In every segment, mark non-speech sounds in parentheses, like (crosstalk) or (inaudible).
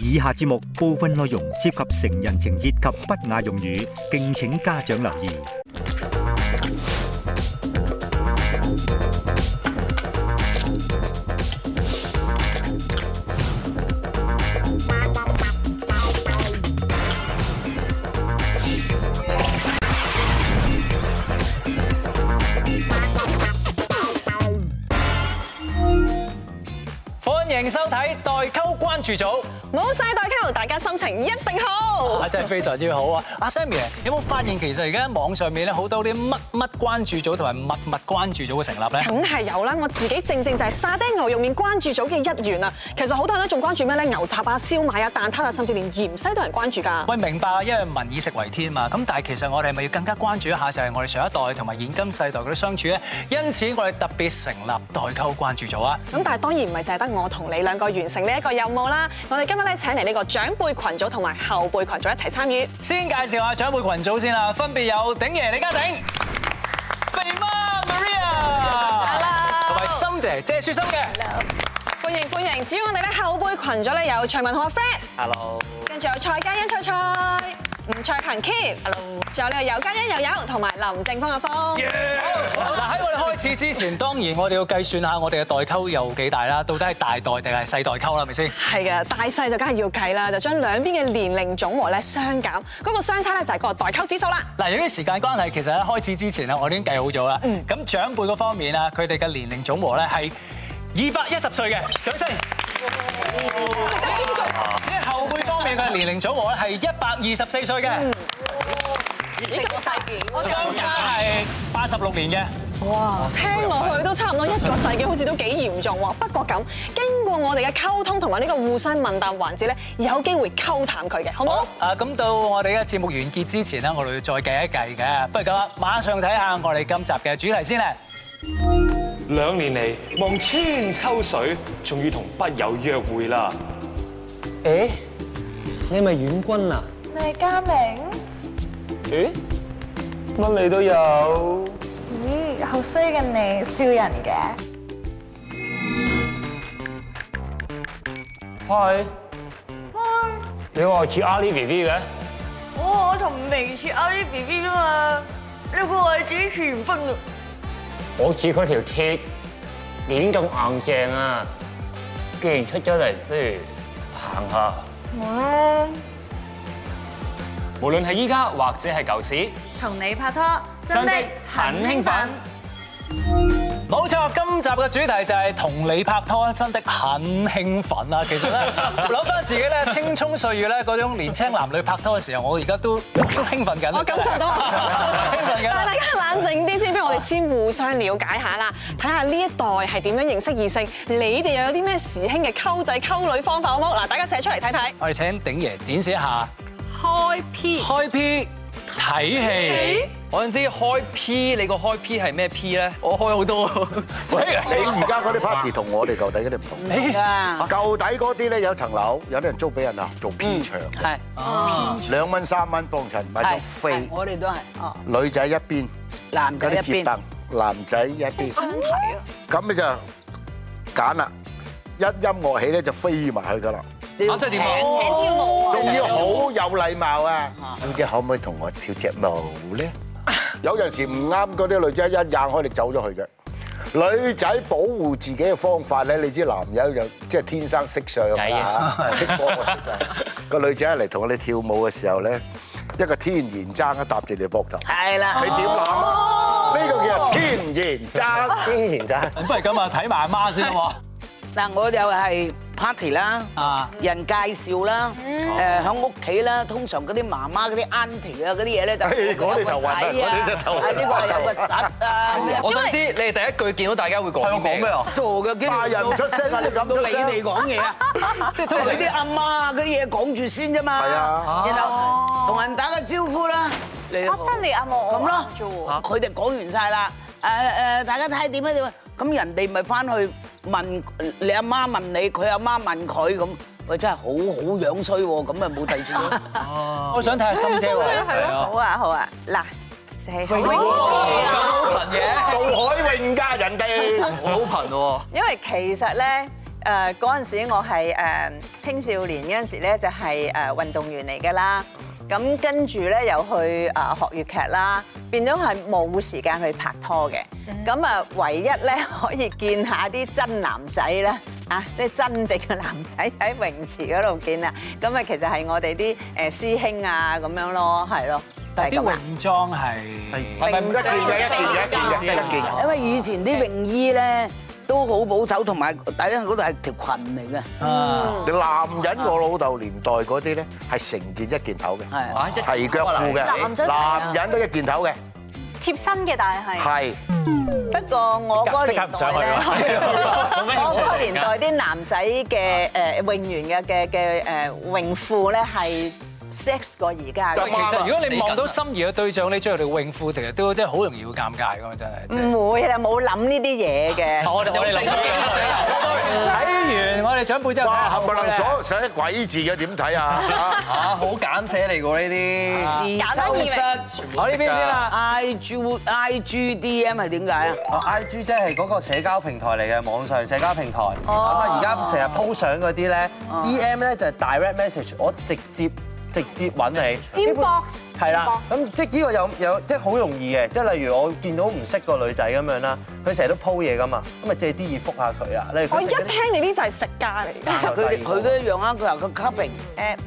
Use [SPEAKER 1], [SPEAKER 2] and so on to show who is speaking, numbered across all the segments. [SPEAKER 1] 以下節目部分內容涉及成人情節及不雅用語，敬請家長留意。
[SPEAKER 2] 歡迎收睇代溝關注組，
[SPEAKER 3] 冇晒代溝，大家心情一定好。
[SPEAKER 2] 啊真係非常之好啊！阿 Sammy 有冇發現其實而家網上面咧好多啲乜乜關注組同埋密密關注組嘅成立咧？
[SPEAKER 3] 梗係有啦，我自己正正就係沙爹牛肉麵關注組嘅一員啊。其實好多人都仲關注咩咧？牛雜啊、燒賣啊、蛋撻啊，甚至連芫茜都有人關注㗎。
[SPEAKER 2] 喂，明白啊，因為民以食為天嘛。咁但係其實我哋係咪要更加關注一下，就係我哋上一代同埋現今世代嗰啲相處咧。因此我哋特別成立代溝關注組啊。
[SPEAKER 3] 咁但係當然唔係淨係得我同你兩個完成呢一個任務啦。我哋今日咧請嚟呢個長輩群組同埋後輩群組一齊參與。
[SPEAKER 2] 先介紹下長輩群組先啦，分別有鼎爺李家鼎、肥媽 Maria，同埋心姐謝啊雪心嘅。
[SPEAKER 3] 歡迎歡迎！至於我哋咧後輩群組咧有徐文同阿 Fred，
[SPEAKER 2] Hello。
[SPEAKER 3] 跟住有蔡嘉欣蔡蔡、吳卓勤 Keep，仲有呢個尤嘉欣友友同埋林正峰阿峰。
[SPEAKER 2] 嗱喺我哋開始之前，當然我哋要計算下我哋嘅代溝有幾大啦，到底係大代定係細代溝啦，係咪先？
[SPEAKER 3] 係嘅，大細就梗係要計啦，就將兩邊嘅年齡總和咧相減，嗰、個相差咧就係個代溝指數啦。
[SPEAKER 2] 嗱，由於時間關係，其實喺開始之前咧，我已經計好咗啦。咁、長輩嗰方面啊，佢哋嘅年齡總和咧係二百一十歲嘅，掌聲。
[SPEAKER 3] 咁尊重，
[SPEAKER 2] 即係後輩方面嘅年齡總和咧係一百二十四歲嘅，
[SPEAKER 3] 呢個世紀，
[SPEAKER 2] 相差係八十六年嘅。
[SPEAKER 3] 哇，聽落去都差唔多一個世紀，好似都幾嚴重喎。不過咁，經過我哋嘅溝通同埋呢個互相問答環節咧，有機會溝淡佢嘅，好唔好？
[SPEAKER 2] 啊，咁到我哋嘅節目完結之前咧，我哋要再計一計嘅。不如咁啦，馬上睇下我哋今集嘅主題先咧。
[SPEAKER 4] 兩年嚟望千秋水，終於同筆友約會啦！
[SPEAKER 5] 誒，你係咪遠君啊？
[SPEAKER 6] 黎嘉明，
[SPEAKER 4] 咦？乜你都有？
[SPEAKER 6] 咦，好衰嘅你，笑人嘅。
[SPEAKER 4] 係。你話我似阿 l i B B 嘅？
[SPEAKER 6] 我我同吳明似 I B B 啫嘛，你個位置似唔分啊？
[SPEAKER 7] 我指嗰條鐵點咁硬正啊！既然出咗嚟，不如行下。
[SPEAKER 6] 冇
[SPEAKER 4] 無論係依家或者係舊時，
[SPEAKER 6] 同你拍拖真的很興奮。
[SPEAKER 2] 冇錯，今集嘅主題就係同你拍拖真的很興奮啊！其
[SPEAKER 3] (laughs)
[SPEAKER 2] 實咧，諗翻自己咧青葱歲月咧嗰種年青男女拍拖嘅時候，我而家都都興奮緊。
[SPEAKER 3] 我感受到，
[SPEAKER 2] 興奮
[SPEAKER 3] (laughs)
[SPEAKER 2] 緊
[SPEAKER 3] 但係大家冷靜啲先，不如我哋先互相了解下啦，睇下呢一代係點樣認識異性，你哋又有啲咩時興嘅溝仔溝女方法好唔好？嗱，大家寫出嚟睇睇。
[SPEAKER 2] 我哋請鼎爺展示一下開 P 開 P 睇戲。
[SPEAKER 8] 我想知開 P，你個開 P 係咩 P 咧？我開好多。喂，
[SPEAKER 9] 哎你而家嗰啲 party 同我哋舊底嗰啲唔同㗎，舊底嗰啲咧有層樓，有啲人租俾人啊做 P 場，
[SPEAKER 5] 嗯係，
[SPEAKER 9] 兩蚊三蚊幫襯買張飛，
[SPEAKER 5] 我哋都係，
[SPEAKER 10] Ờ.
[SPEAKER 5] 哦，
[SPEAKER 9] 女仔一邊，
[SPEAKER 5] 男
[SPEAKER 9] 有
[SPEAKER 5] 仔一
[SPEAKER 9] 啲接
[SPEAKER 5] 邊
[SPEAKER 9] 凳，男仔一邊，咁你就揀啦，一音樂起咧就飛埋去㗎啦，
[SPEAKER 5] 你
[SPEAKER 8] 啊，即係點
[SPEAKER 5] 請
[SPEAKER 8] 啊？
[SPEAKER 3] 聽跳舞啊
[SPEAKER 9] 仲要好有禮貌啊，咁即係可唔可以同我跳隻舞咧？有陣時唔啱嗰啲女仔一硬開你走咗去嘅。女仔保護自己嘅方法咧，你知男人就即係天生識相㗎啦， (laughs) 識波我識啊。個女仔嚟同你跳舞嘅時候咧，一個天然踭一搭住你膊頭，
[SPEAKER 5] 係啦
[SPEAKER 9] 你，點攬啊？呢個叫天然踭。
[SPEAKER 5] 天然咋？
[SPEAKER 2] 咁不如咁啊，睇埋阿媽先好冇？
[SPEAKER 5] 嗱，我又係
[SPEAKER 10] party 啦，人介紹啦，誒喺屋企啦，通常嗰啲媽媽嗰啲 auntie 啊嗰啲嘢咧就
[SPEAKER 9] 哎嗰啲頭暈啦
[SPEAKER 10] 有個仔啊
[SPEAKER 9] 嗰啲真係頭暈啦
[SPEAKER 10] 啊呢個有個侄啊，
[SPEAKER 8] 我想知你哋第一句見到大家會講
[SPEAKER 10] 係我講咩啊
[SPEAKER 8] 傻
[SPEAKER 10] 嘅
[SPEAKER 8] 嘅
[SPEAKER 10] 大人唔出聲啊你咁出聲到你哋講嘢啊即係通常啲阿媽嗰啲嘢講住先啫嘛，
[SPEAKER 8] 係啊
[SPEAKER 10] 然後同人打個招呼啦，你好
[SPEAKER 11] 真係阿莫
[SPEAKER 10] 咁咯，佢哋講完晒啦，誒誒，大家睇下點啊點啊，咁人哋咪翻去問你阿媽問你，佢阿媽問佢咁，喂真係好好樣衰喎，咁咪冇第二次咯。
[SPEAKER 2] 我想睇下心
[SPEAKER 10] à?
[SPEAKER 12] à?
[SPEAKER 2] 姐喎，
[SPEAKER 12] 好啊好啊，嗱就係好
[SPEAKER 8] 嘅
[SPEAKER 12] Dạ. 嘅，
[SPEAKER 8] 海泳㗎人哋，好貧喎。
[SPEAKER 12] 因為其實咧。誒嗰陣時我係誒青少年嗰陣時咧就係誒運動員嚟㗎啦，咁跟住咧又去誒學粵劇啦，變咗係冇時間去拍拖嘅，咁啊唯一 (laughs) 咧可以見下啲真男仔咧啊，即係真正嘅男仔喺泳池嗰度見啊，咁啊其實係我哋啲誒師兄啊咁樣咯，係咯，就係
[SPEAKER 2] 啲
[SPEAKER 12] 咁啊。
[SPEAKER 2] 泳裝係係咪唔得
[SPEAKER 10] 因為以前啲泳衣咧都好保守，同埋第一嗰度係條裙嚟嘅。
[SPEAKER 9] Ờ.
[SPEAKER 10] Ừ.
[SPEAKER 9] Ừ. 男人我老豆年代嗰啲咧係成件一件頭
[SPEAKER 10] 啊
[SPEAKER 9] 嘅，
[SPEAKER 10] 一
[SPEAKER 9] 齊腳褲
[SPEAKER 11] 男仔
[SPEAKER 9] 嘅，
[SPEAKER 11] 嚟啊
[SPEAKER 9] 男人都一件頭嘅，
[SPEAKER 11] 貼身嘅，但係
[SPEAKER 9] 係。
[SPEAKER 12] 不過我嗰個
[SPEAKER 9] 即刻
[SPEAKER 12] 年
[SPEAKER 9] 唔想
[SPEAKER 12] 代
[SPEAKER 9] 去
[SPEAKER 12] 咧
[SPEAKER 9] 啦，
[SPEAKER 12] 我嗰個年代啲男仔嘅誒泳員嘅嘅嘅誒泳褲咧係 sex 過而家嘅。
[SPEAKER 2] 但其實如果你望啊到心儀嘅對象，你着條泳褲，其實都真係好容易會尷尬㗎嘛，真係。
[SPEAKER 12] 唔會啦，冇諗呢啲嘢嘅。
[SPEAKER 2] 我哋我哋諗睇完我哋長輩之後，
[SPEAKER 9] 哇冚唪唥所寫鬼字嘅點 (laughs) 睇啊？
[SPEAKER 8] 嚇，好簡寫嚟㗎呢啲，
[SPEAKER 10] 我！I G I G D M 係點解啊？
[SPEAKER 5] 哦，IG 即係嗰個社交平台嚟嘅，網上社交平台。咁
[SPEAKER 10] 哦
[SPEAKER 5] 啊，而家成日 po 相嗰啲咧，DM 咧就係 direct message，我直接直接揾你。
[SPEAKER 11] inbox
[SPEAKER 5] 係
[SPEAKER 10] 哦
[SPEAKER 5] 啦，咁即係呢個有有即係好容易嘅，即係例如我見到唔識個女仔咁樣啦，佢成日都 po 嘢噶嘛，咁咪借啲嘢覆下佢啊。例如
[SPEAKER 3] 我
[SPEAKER 5] 佢
[SPEAKER 3] 一
[SPEAKER 5] 食
[SPEAKER 10] 哦
[SPEAKER 5] 緊
[SPEAKER 3] 聽你呢就係食家嚟㗎。
[SPEAKER 10] 佢哋佢都一樣啊！佢話個 clubbing，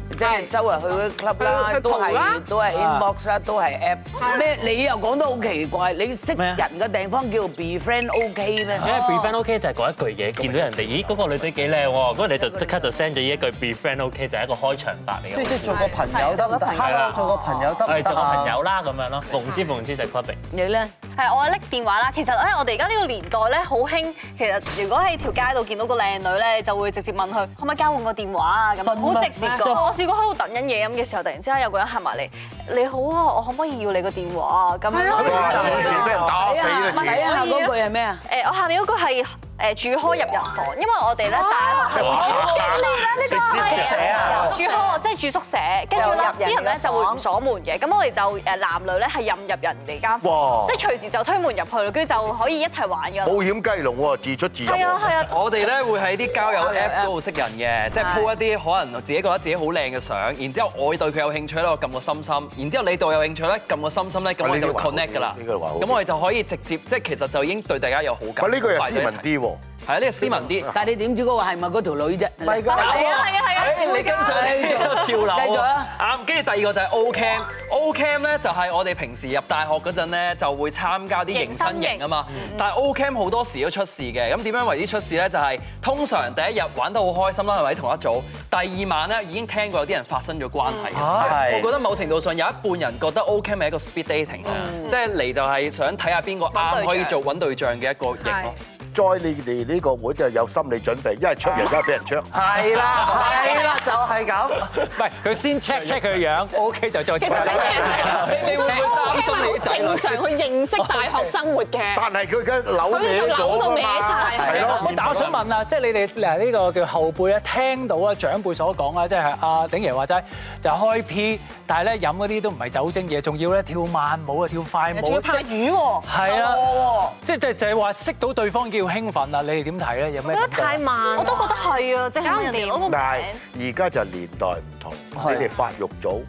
[SPEAKER 10] 即係周圍去嗰啲 club 啦
[SPEAKER 3] 去，去蒲
[SPEAKER 10] 都
[SPEAKER 3] 啦
[SPEAKER 10] 係都係
[SPEAKER 13] À.
[SPEAKER 10] inbox 啦，都係 app。咩？你又講得好奇怪，你識人嘅地方叫 be friend OK 咩？
[SPEAKER 13] 因為 be friend OK 就係嗰一句嘢，見到人哋，咦嗰個女仔幾靚喎，咁你就即刻就 send 咗呢一句 be friend OK 就係一個開場白嚟嘅。
[SPEAKER 5] 即係即係做個朋友得唔得
[SPEAKER 13] 係啦
[SPEAKER 5] ？Hello，做個朋友得唔
[SPEAKER 13] 係
[SPEAKER 5] 得
[SPEAKER 13] 做個
[SPEAKER 5] 啊
[SPEAKER 13] 朋友啦咁樣咯，夢之夢之就 clubbing。
[SPEAKER 10] 你咧？
[SPEAKER 11] 係我係拎電話啦。其實咧，我哋而家呢個年代咧，好興。其實如果喺條街度見到個靚女咧，你就會直接問佢可唔可以交換個電話啊咁，好直接
[SPEAKER 12] 真咩
[SPEAKER 11] 㗎。我試過喺度等緊嘢咁嘅時候，突然之間有個人行埋嚟，你好啊，我可唔可以要你個電話啊咁樣咯。
[SPEAKER 10] 哎
[SPEAKER 9] 以前俾人打死啊啦，自己
[SPEAKER 11] 睇
[SPEAKER 10] 下嗰句係咩啊？
[SPEAKER 11] 誒，我下面嗰句係誒住開入人房，因為我哋咧大
[SPEAKER 14] 啊
[SPEAKER 11] 學
[SPEAKER 9] 哇
[SPEAKER 11] 好激烈啊呢個係
[SPEAKER 9] 住宿舍啊
[SPEAKER 11] 住開即係住宿舍，跟住咧
[SPEAKER 12] 又入人
[SPEAKER 11] 啲人咧
[SPEAKER 12] 嘅
[SPEAKER 11] 就
[SPEAKER 12] 房
[SPEAKER 11] 會唔鎖門嘅，咁我哋就誒男女咧係任入人哋間
[SPEAKER 9] 哇
[SPEAKER 11] 房，即係隨時就推門入去啦，跟住就可以一齊玩㗎
[SPEAKER 9] 保
[SPEAKER 11] 啦。
[SPEAKER 9] 險雞籠喎，自出自入
[SPEAKER 11] 係啊
[SPEAKER 9] 喎。
[SPEAKER 11] 係啊，
[SPEAKER 8] 我哋咧會喺啲交友 Apps 嗰度識人嘅，即係 po 一啲可能我自己覺得自己好靚嘅相，然之後我對佢有興趣咧，我撳個心心，然之後你對我有興趣咧，撳個心心咧，咁我就會 connect 㗎啦。
[SPEAKER 9] 呢個話好
[SPEAKER 8] 咁我哋就可以直接，即係其實就已經對大家有好感。
[SPEAKER 9] 喂，呢個又斯文啲喎。
[SPEAKER 8] 係啊，呢個斯文
[SPEAKER 9] (laughs)
[SPEAKER 8] 啲。
[SPEAKER 10] 但係你點知嗰個係咪嗰條女啫？唔係
[SPEAKER 8] 係啊係啊係啊！你跟上呢個潮流啊
[SPEAKER 10] 繼續啊！
[SPEAKER 8] 啱，跟住第二個就係 O Cam，O Cam 咧就係我哋平時入大學嗰陣咧就會參加啲迎新營啊嘛。
[SPEAKER 10] 嗯
[SPEAKER 8] 但係 O Cam 好多時都出事嘅，咁點樣為之出事咧？就係通常第一日玩得好開心啦，係咪同一組？第二晚咧已經聽過有啲人發生咗關係嘅。
[SPEAKER 10] 啊
[SPEAKER 5] 嗯係
[SPEAKER 8] 我覺得某程度上有一半人覺得 O Cam 係一個 speed dating
[SPEAKER 9] 嗯
[SPEAKER 8] 即係嚟就係想睇下邊個啱可以做揾對象嘅一個型咯。
[SPEAKER 9] 再你哋呢個會就有心理準備，一係出人，一係俾人出。
[SPEAKER 5] 係啦，
[SPEAKER 10] (laughs)
[SPEAKER 5] 係啦，就係咁。
[SPEAKER 2] 唔係佢先 check check 佢樣，OK 就再 check。
[SPEAKER 3] 你哋會擔心你正常去認識大學生活嘅。
[SPEAKER 9] 但係佢而家扭
[SPEAKER 3] 佢就扭到歪晒。
[SPEAKER 2] 係咯，但我想問啊，即係你哋嗱呢個叫後輩咧，聽到啊長輩所講啊，即係阿鼎爺話齋就開 P，但係咧飲嗰啲都唔係酒精嘢，仲要咧跳慢舞啊，跳快舞，
[SPEAKER 3] 仲要拍魚喎，
[SPEAKER 2] 係
[SPEAKER 3] 拍
[SPEAKER 2] 啊，
[SPEAKER 3] 喎。
[SPEAKER 2] 即係就就係話識到對方叫興奮啦，你哋點睇咧？有咩感覺？
[SPEAKER 11] 慢，我都覺得係啊，即係人哋攞個
[SPEAKER 9] 但係
[SPEAKER 11] 名。
[SPEAKER 9] (laughs) 而家就年代唔同，你哋發育早，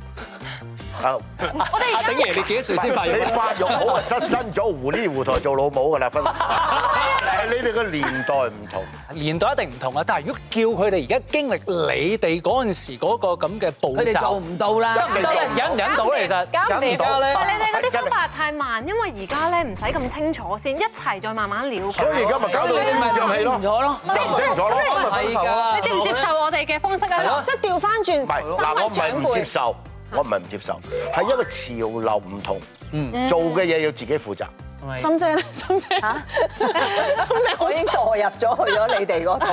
[SPEAKER 2] 阿鼎爺，你幾多歲先發育？
[SPEAKER 9] 你發育好啊，失身咗糊呢糊台做老母噶啦， (laughs) 分。但係你哋個年代唔同，
[SPEAKER 2] 年代一定唔同啊！但係如果叫佢哋而家經歷你哋嗰陣時嗰個咁嘅步驟，
[SPEAKER 10] 佢哋做唔到啦
[SPEAKER 2] 忍唔
[SPEAKER 10] 佢哋做
[SPEAKER 2] 忍
[SPEAKER 10] 唔
[SPEAKER 2] 忍唔忍到咧其實，
[SPEAKER 11] 搞唔
[SPEAKER 2] 忍
[SPEAKER 11] 掂
[SPEAKER 2] 唔到咧。
[SPEAKER 11] 但你哋嗰啲方法太慢，因為而家咧唔使咁清楚先，一齊再慢慢了解。
[SPEAKER 9] 所以而家咪搞到
[SPEAKER 11] 你哋咪
[SPEAKER 9] 亂象氣咯，
[SPEAKER 11] 你唔
[SPEAKER 9] 唔咗咯，
[SPEAKER 11] 啊你接唔接受我哋嘅方式
[SPEAKER 9] 係
[SPEAKER 11] 啊
[SPEAKER 9] 咯？
[SPEAKER 11] 即係調翻
[SPEAKER 9] 唔係哎嗱，我唔係唔接受，我唔係唔接受，係因為潮流唔同，做嘅嘢要自己負責。
[SPEAKER 3] 心姐咧，心姐嚇，心姐我已經墮入咗去咗你哋嗰度，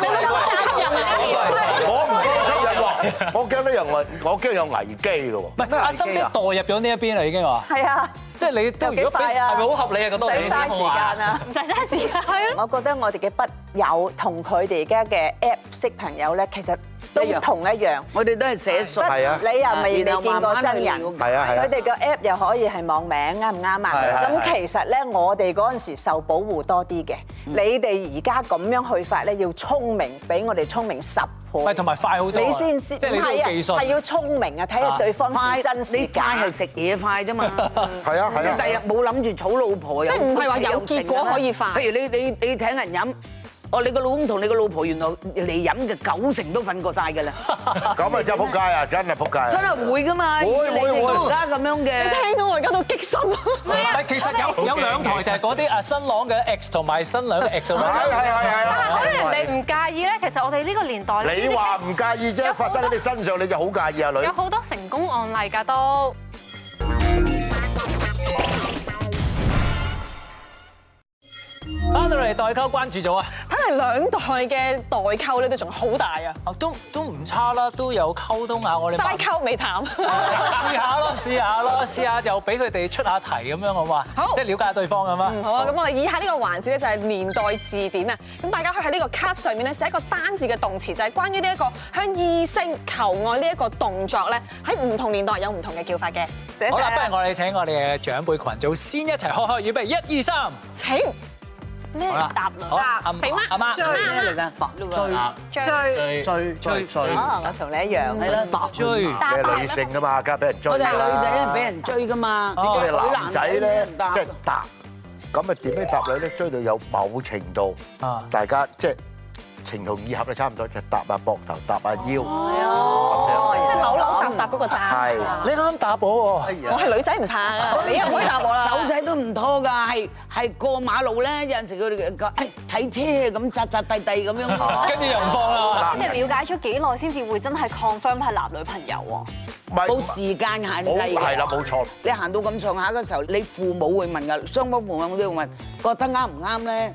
[SPEAKER 3] 你咪覺得好吸引啊！
[SPEAKER 9] 我唔覺得吸引喎， (laughs) 我驚呢樣危，我驚有危機咯
[SPEAKER 2] 唔
[SPEAKER 10] 啊
[SPEAKER 2] 係阿心姐代入咗呢一邊啦，已經話。
[SPEAKER 12] 係啊，
[SPEAKER 2] 即係你都
[SPEAKER 12] 有幾
[SPEAKER 2] 如果俾
[SPEAKER 12] 快啊，
[SPEAKER 2] 係咪好合理啊覺得
[SPEAKER 12] 唔
[SPEAKER 2] 你
[SPEAKER 12] 使
[SPEAKER 2] 呢啲
[SPEAKER 12] 嘥時間啊
[SPEAKER 2] 話，
[SPEAKER 12] 唔使嘥時 (laughs) 間。我覺得我哋嘅筆友同佢哋而家嘅 app 識朋友咧，其實都同一樣。
[SPEAKER 10] 我哋都係寫信，
[SPEAKER 12] 係啊你又未
[SPEAKER 10] 然後
[SPEAKER 12] 未見過
[SPEAKER 10] 慢慢
[SPEAKER 12] 真
[SPEAKER 10] 去
[SPEAKER 12] 人
[SPEAKER 10] 了，解
[SPEAKER 9] 係啊係啊
[SPEAKER 12] 佢哋個 app 又可以係網名，啱唔啱
[SPEAKER 9] 係
[SPEAKER 12] 啊
[SPEAKER 9] 係？係
[SPEAKER 12] 咁其實咧，我哋嗰陣時受保護多啲嘅，你哋而家咁樣去法咧，要聰明，比我哋聰明十倍。
[SPEAKER 2] 喂同埋快好多啊
[SPEAKER 12] 你先知，
[SPEAKER 2] 即係你都要
[SPEAKER 12] 唔係啊
[SPEAKER 2] 寄信
[SPEAKER 12] 係要聰明啊，睇下對方
[SPEAKER 10] 快
[SPEAKER 12] 是真是
[SPEAKER 10] 你
[SPEAKER 12] 假。
[SPEAKER 10] 快係食嘢快啫嘛，係
[SPEAKER 9] 啊係啊
[SPEAKER 10] 你第日冇諗住娶老婆又
[SPEAKER 3] 即係唔係話有結果可以快
[SPEAKER 10] 譬如你你你請人飲。哦，你個老公同你個老婆原來嚟飲嘅九成都瞓過晒㗎啦，
[SPEAKER 9] 喎， (laughs) 咁啊真係撲街啊，真係撲街
[SPEAKER 10] (laughs)
[SPEAKER 9] 啊！
[SPEAKER 10] 真係會㗎嘛？
[SPEAKER 9] 會
[SPEAKER 10] 你
[SPEAKER 9] 會
[SPEAKER 10] 哋
[SPEAKER 9] 會
[SPEAKER 10] 而家咁樣嘅，
[SPEAKER 3] 你聽到我而家都激心啊！
[SPEAKER 2] 唔係其實有有兩台就係嗰啲啊新郎嘅 X 同埋新娘嘅 X 啊嘛。
[SPEAKER 9] 係係係
[SPEAKER 11] 但
[SPEAKER 9] 係
[SPEAKER 11] 係可能人
[SPEAKER 9] 係
[SPEAKER 11] 哋唔介意咧，其實我哋呢個年代呢
[SPEAKER 9] 你話唔介意啫，發生喺你身上你就好介意啊，女。
[SPEAKER 11] 有好多成功案例㗎都。
[SPEAKER 2] 翻到嚟代溝關注組啊，
[SPEAKER 3] 睇嚟兩代嘅代溝咧都仲好大啊！
[SPEAKER 2] 都都唔差啦，都有溝通啊下我哋。
[SPEAKER 3] 齋溝未淡，
[SPEAKER 2] 試下咯，試下咯，試下又俾佢哋出下題咁樣好嘛？好，即係了解下對方咁啊。
[SPEAKER 12] 嗯
[SPEAKER 3] 好啊，咁我哋以下呢個環節咧就係年代字典啊，咁大家可以喺呢個卡上面咧寫一個單字嘅動詞，就係關於呢一個向異性求愛呢一個動作咧，喺唔同年代有唔同嘅叫法嘅。
[SPEAKER 2] 好啦，
[SPEAKER 12] 啊
[SPEAKER 2] 不如我哋請我哋嘅長輩群組先一齊開開預備，一二三。
[SPEAKER 3] 請
[SPEAKER 11] 咩
[SPEAKER 2] 好啦
[SPEAKER 11] 答
[SPEAKER 2] 好阿阿
[SPEAKER 11] 肥媽
[SPEAKER 2] 阿媽
[SPEAKER 11] 追
[SPEAKER 10] 咩嚟㗎？
[SPEAKER 11] 追
[SPEAKER 10] 追啊
[SPEAKER 5] 追追追
[SPEAKER 12] 哦，我同你一樣，係啦，
[SPEAKER 9] 你係女性㗎啊嘛，梗係俾人追
[SPEAKER 10] 我哋係
[SPEAKER 9] 㗎啦。
[SPEAKER 10] 女仔係俾人追㗎嘛，
[SPEAKER 9] 我哋
[SPEAKER 10] 好
[SPEAKER 9] 男
[SPEAKER 10] 難
[SPEAKER 9] 仔
[SPEAKER 10] 睇
[SPEAKER 9] 咧
[SPEAKER 10] 人，答
[SPEAKER 9] 即係答，咁啊點樣答女咧？追到有某程度，大家即係情同意合咧，差唔多就搭下膊頭，搭下腰，
[SPEAKER 10] 哦
[SPEAKER 3] 哦即係
[SPEAKER 9] 咁樣。
[SPEAKER 3] 扭扭搭搭嗰個搭。
[SPEAKER 9] 係
[SPEAKER 3] 你
[SPEAKER 2] 啱答我
[SPEAKER 10] 哎
[SPEAKER 3] 喎，我係女仔唔怕啊，
[SPEAKER 10] (laughs)
[SPEAKER 3] 你又唔可以答我啦。
[SPEAKER 10] 手仔都唔拖㗎，係係過馬路咧，有陣時佢哋講誒睇車咁扎扎地地咁樣，
[SPEAKER 2] (laughs) 跟住又唔放啦
[SPEAKER 11] 咁你了解咗幾耐先至會真係 confirm 係男女朋友喎？
[SPEAKER 10] 冇時間限制
[SPEAKER 9] 冇
[SPEAKER 10] 嘅。
[SPEAKER 9] 係啦冇錯。
[SPEAKER 10] 你行到咁上下嘅時候，你父母會問㗎，雙方父母都會問，覺得啱唔啱咧？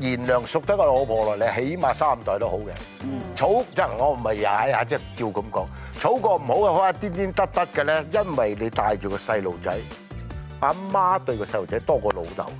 [SPEAKER 9] 賢良淑德嘅老婆落嚟，起碼三代都好嘅。儲即係我唔係踩下，即係照咁講。儲個唔好嘅，可能癲癲得得嘅咧，因為你帶住個細路仔，阿媽對個細路仔多過老豆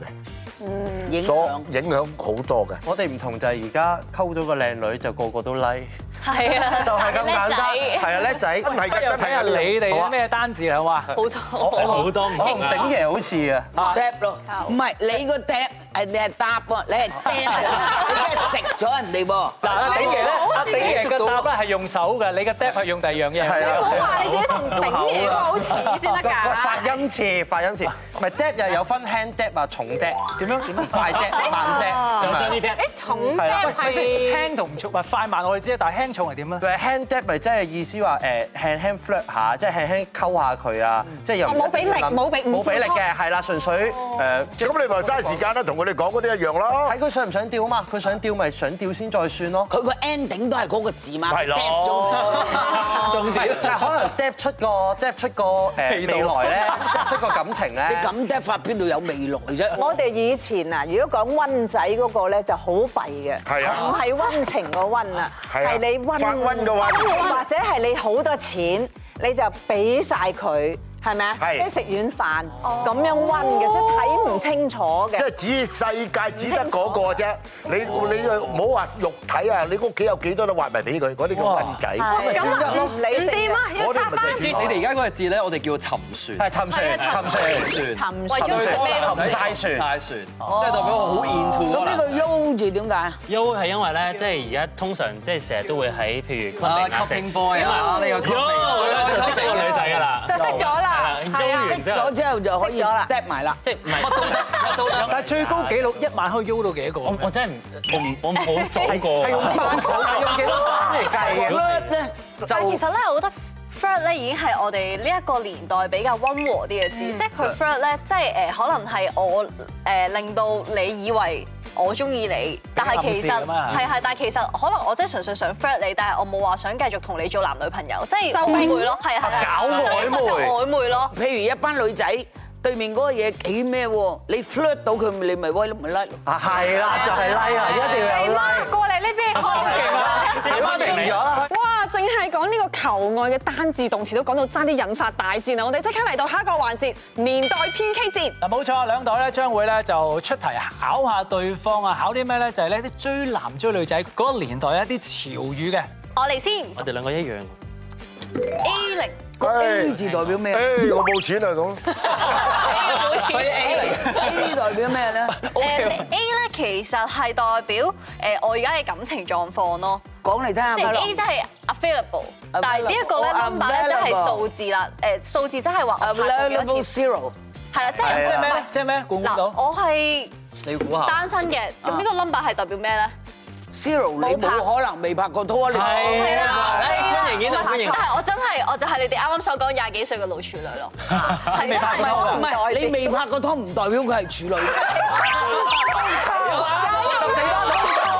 [SPEAKER 9] 嘅，所影響好多嘅。
[SPEAKER 5] 我哋唔同就係而家溝到個靚女就個個都 like，
[SPEAKER 11] 係啊
[SPEAKER 5] 就係咁簡單，係啊叻仔，
[SPEAKER 2] 真係真係你哋
[SPEAKER 5] 好啊
[SPEAKER 2] 嘅咩單字係嘛？好
[SPEAKER 11] 多
[SPEAKER 5] 好多唔同頂爺好似啊，
[SPEAKER 10] 答咯，唔係你個答係你係答喎，你係答，你係食咗人哋喎。
[SPEAKER 2] 嗱，阿鼎爺咧，阿鼎爺嘅答咧係用手嘅，你嘅 d e p 係用第二樣嘢。
[SPEAKER 5] 係啊
[SPEAKER 11] 唔好話你自己同頂爺個好似先得
[SPEAKER 5] 個
[SPEAKER 11] 㗎。
[SPEAKER 5] 發音似，發音似，唔係 dab 又有分 hand dab 啊，重 dab，點樣點樣快 dab 慢 dab，
[SPEAKER 2] 就將呢
[SPEAKER 11] 誒
[SPEAKER 2] 啲
[SPEAKER 11] 重
[SPEAKER 5] 係啦啊
[SPEAKER 11] 嘅
[SPEAKER 2] 喂
[SPEAKER 11] 係
[SPEAKER 2] 輕同唔重，咪快慢我哋知啊，但係輕重係點咧？
[SPEAKER 5] 誒 hand dab 咪即係意思話誒輕輕 flirt 下，即係輕輕溝下佢啊，即係又唔
[SPEAKER 3] 哦冇俾力冇俾唔
[SPEAKER 5] 冇俾力
[SPEAKER 3] 付出
[SPEAKER 5] 嘅，係啦，純粹誒。
[SPEAKER 9] 咁你咪嘥時間啦，同佢哋講嗰啲一樣咯。
[SPEAKER 5] 睇佢想唔想釣啊嘛，佢想釣咪想釣先再算咯。
[SPEAKER 10] 佢個 ending 都係嗰個字嘛，
[SPEAKER 5] 係咯
[SPEAKER 10] dab 咗
[SPEAKER 5] 重點，但係可能 d 出個 d 出個誒
[SPEAKER 10] 氣
[SPEAKER 5] 未
[SPEAKER 10] 度
[SPEAKER 5] 來 (laughs) 咧 d 出個感情咧。
[SPEAKER 10] 你咁 dab 法邊度有未來啫？
[SPEAKER 12] (laughs) 我哋以前啊，如果講温仔嗰個咧就好弊嘅，
[SPEAKER 10] 係啊
[SPEAKER 12] 唔係温情個温啊，
[SPEAKER 10] 係啊
[SPEAKER 12] 係你温
[SPEAKER 10] 發瘟個瘟
[SPEAKER 12] 或者係你好多錢，你就俾晒佢。係咪啊？
[SPEAKER 9] 係
[SPEAKER 12] 即係食軟飯咁樣温嘅，即係睇唔清楚嘅。
[SPEAKER 9] 哦即係只世界只得嗰個啫。你你去唔好話肉體啊，你屋企有幾多都挖埋俾佢，嗰啲叫蚊仔。
[SPEAKER 12] 哇係咁啊唔理性嘅唔掂啊要
[SPEAKER 9] 嗰啲咪就係專
[SPEAKER 8] 你
[SPEAKER 9] 一
[SPEAKER 8] 哋而家嗰個字咧，我哋叫沉船。係
[SPEAKER 5] 沉船係啊沉船沉船
[SPEAKER 8] 沉
[SPEAKER 5] 為咗食咩咯
[SPEAKER 8] 沉晒船，沉晒船，即係代表我好 into
[SPEAKER 10] 咁呢個 U 字點解？
[SPEAKER 13] U 係因為咧，即係而家通常即係成日都會喺譬如 clubbing 啊
[SPEAKER 8] clubbing boy 啊呢個 clubbing
[SPEAKER 13] Yo，咁就識咗個女仔㗎啦，
[SPEAKER 10] 就識咗啦
[SPEAKER 13] 係
[SPEAKER 10] 係啊
[SPEAKER 13] Yo 完
[SPEAKER 10] 識咗之後就可以 step 埋啦。
[SPEAKER 13] 即係唔係？
[SPEAKER 2] 但係最高紀錄一晚可以 U 到幾多個？
[SPEAKER 13] 我我真係唔我唔我冇數過，
[SPEAKER 2] 係用班數係用幾多班嚟計嘅？
[SPEAKER 10] 咧就
[SPEAKER 11] 但其實咧，我覺得 flirt 咧已經係我哋呢一個年代比較温和啲嘅字，
[SPEAKER 10] 嗯
[SPEAKER 11] 即係佢 flirt 咧，即係誒呃可能係我誒令到你以為。我中意你，但係其實
[SPEAKER 12] 暗示咁啊
[SPEAKER 11] 係係，但係其實可能我真係純粹想 flirt 你，但係我冇話想繼續同你做男女朋友，即係
[SPEAKER 10] 收尾
[SPEAKER 11] 曖昧咯，係係係
[SPEAKER 10] 啊搞曖昧
[SPEAKER 11] 即係曖昧咯。
[SPEAKER 10] 譬如一班女仔對面嗰個嘢幾咩喎？你 flirt 到佢，你咪威咪 like 咯。
[SPEAKER 5] 啊係啦，就係 like 啊，一定要有 like。
[SPEAKER 12] 過嚟呢邊，好勁
[SPEAKER 5] 啊你媽勁咗
[SPEAKER 3] 哇！淨係講呢個求愛嘅單字動詞都講到爭啲引發大戰啊！我哋即刻嚟到下一個環節年代 PK 戰。
[SPEAKER 2] 嗱，冇錯，兩隊咧將會咧就出題考下對方啊，考啲咩咧？就係呢啲追男追女仔嗰個年代一啲潮語嘅。
[SPEAKER 11] 我嚟先
[SPEAKER 13] 我哋兩個一樣。
[SPEAKER 11] A
[SPEAKER 10] (laughs)
[SPEAKER 11] 零 (laughs)
[SPEAKER 9] 個 A 字代表咩？誒，我冇錢啊咁。
[SPEAKER 10] 所以 A 嚟 A 代表咩 (laughs) 咧？
[SPEAKER 11] 誒 A 咧其實係代表誒我而家嘅感情狀況咯。
[SPEAKER 10] 講嚟聽下
[SPEAKER 11] 即係
[SPEAKER 10] 咪咯
[SPEAKER 11] A 即係 available，但係呢一個咧
[SPEAKER 10] Available，
[SPEAKER 11] number 咧即
[SPEAKER 10] available
[SPEAKER 11] 係數字啦。誒數字即係話我拍過幾
[SPEAKER 10] Available
[SPEAKER 11] 多次。
[SPEAKER 10] zero。
[SPEAKER 11] 係啦，即係
[SPEAKER 10] 係啊
[SPEAKER 11] 唔係
[SPEAKER 2] 即係咩？估唔
[SPEAKER 11] 嗱，我係
[SPEAKER 8] 你估下
[SPEAKER 11] 單身嘅，咁
[SPEAKER 10] 啊
[SPEAKER 11] 呢個 number 係代表咩咧？
[SPEAKER 10] Zero，你冇可能未拍過拖，你
[SPEAKER 11] 係啦，
[SPEAKER 10] 歡迎
[SPEAKER 11] 但啊係我真係我就係你哋啱啱所講廿幾歲嘅老處女
[SPEAKER 10] (laughs)
[SPEAKER 11] 咯。係
[SPEAKER 10] 未拍
[SPEAKER 11] 過拖㗎
[SPEAKER 10] 唔係你未拍過拖，唔代表佢係處女。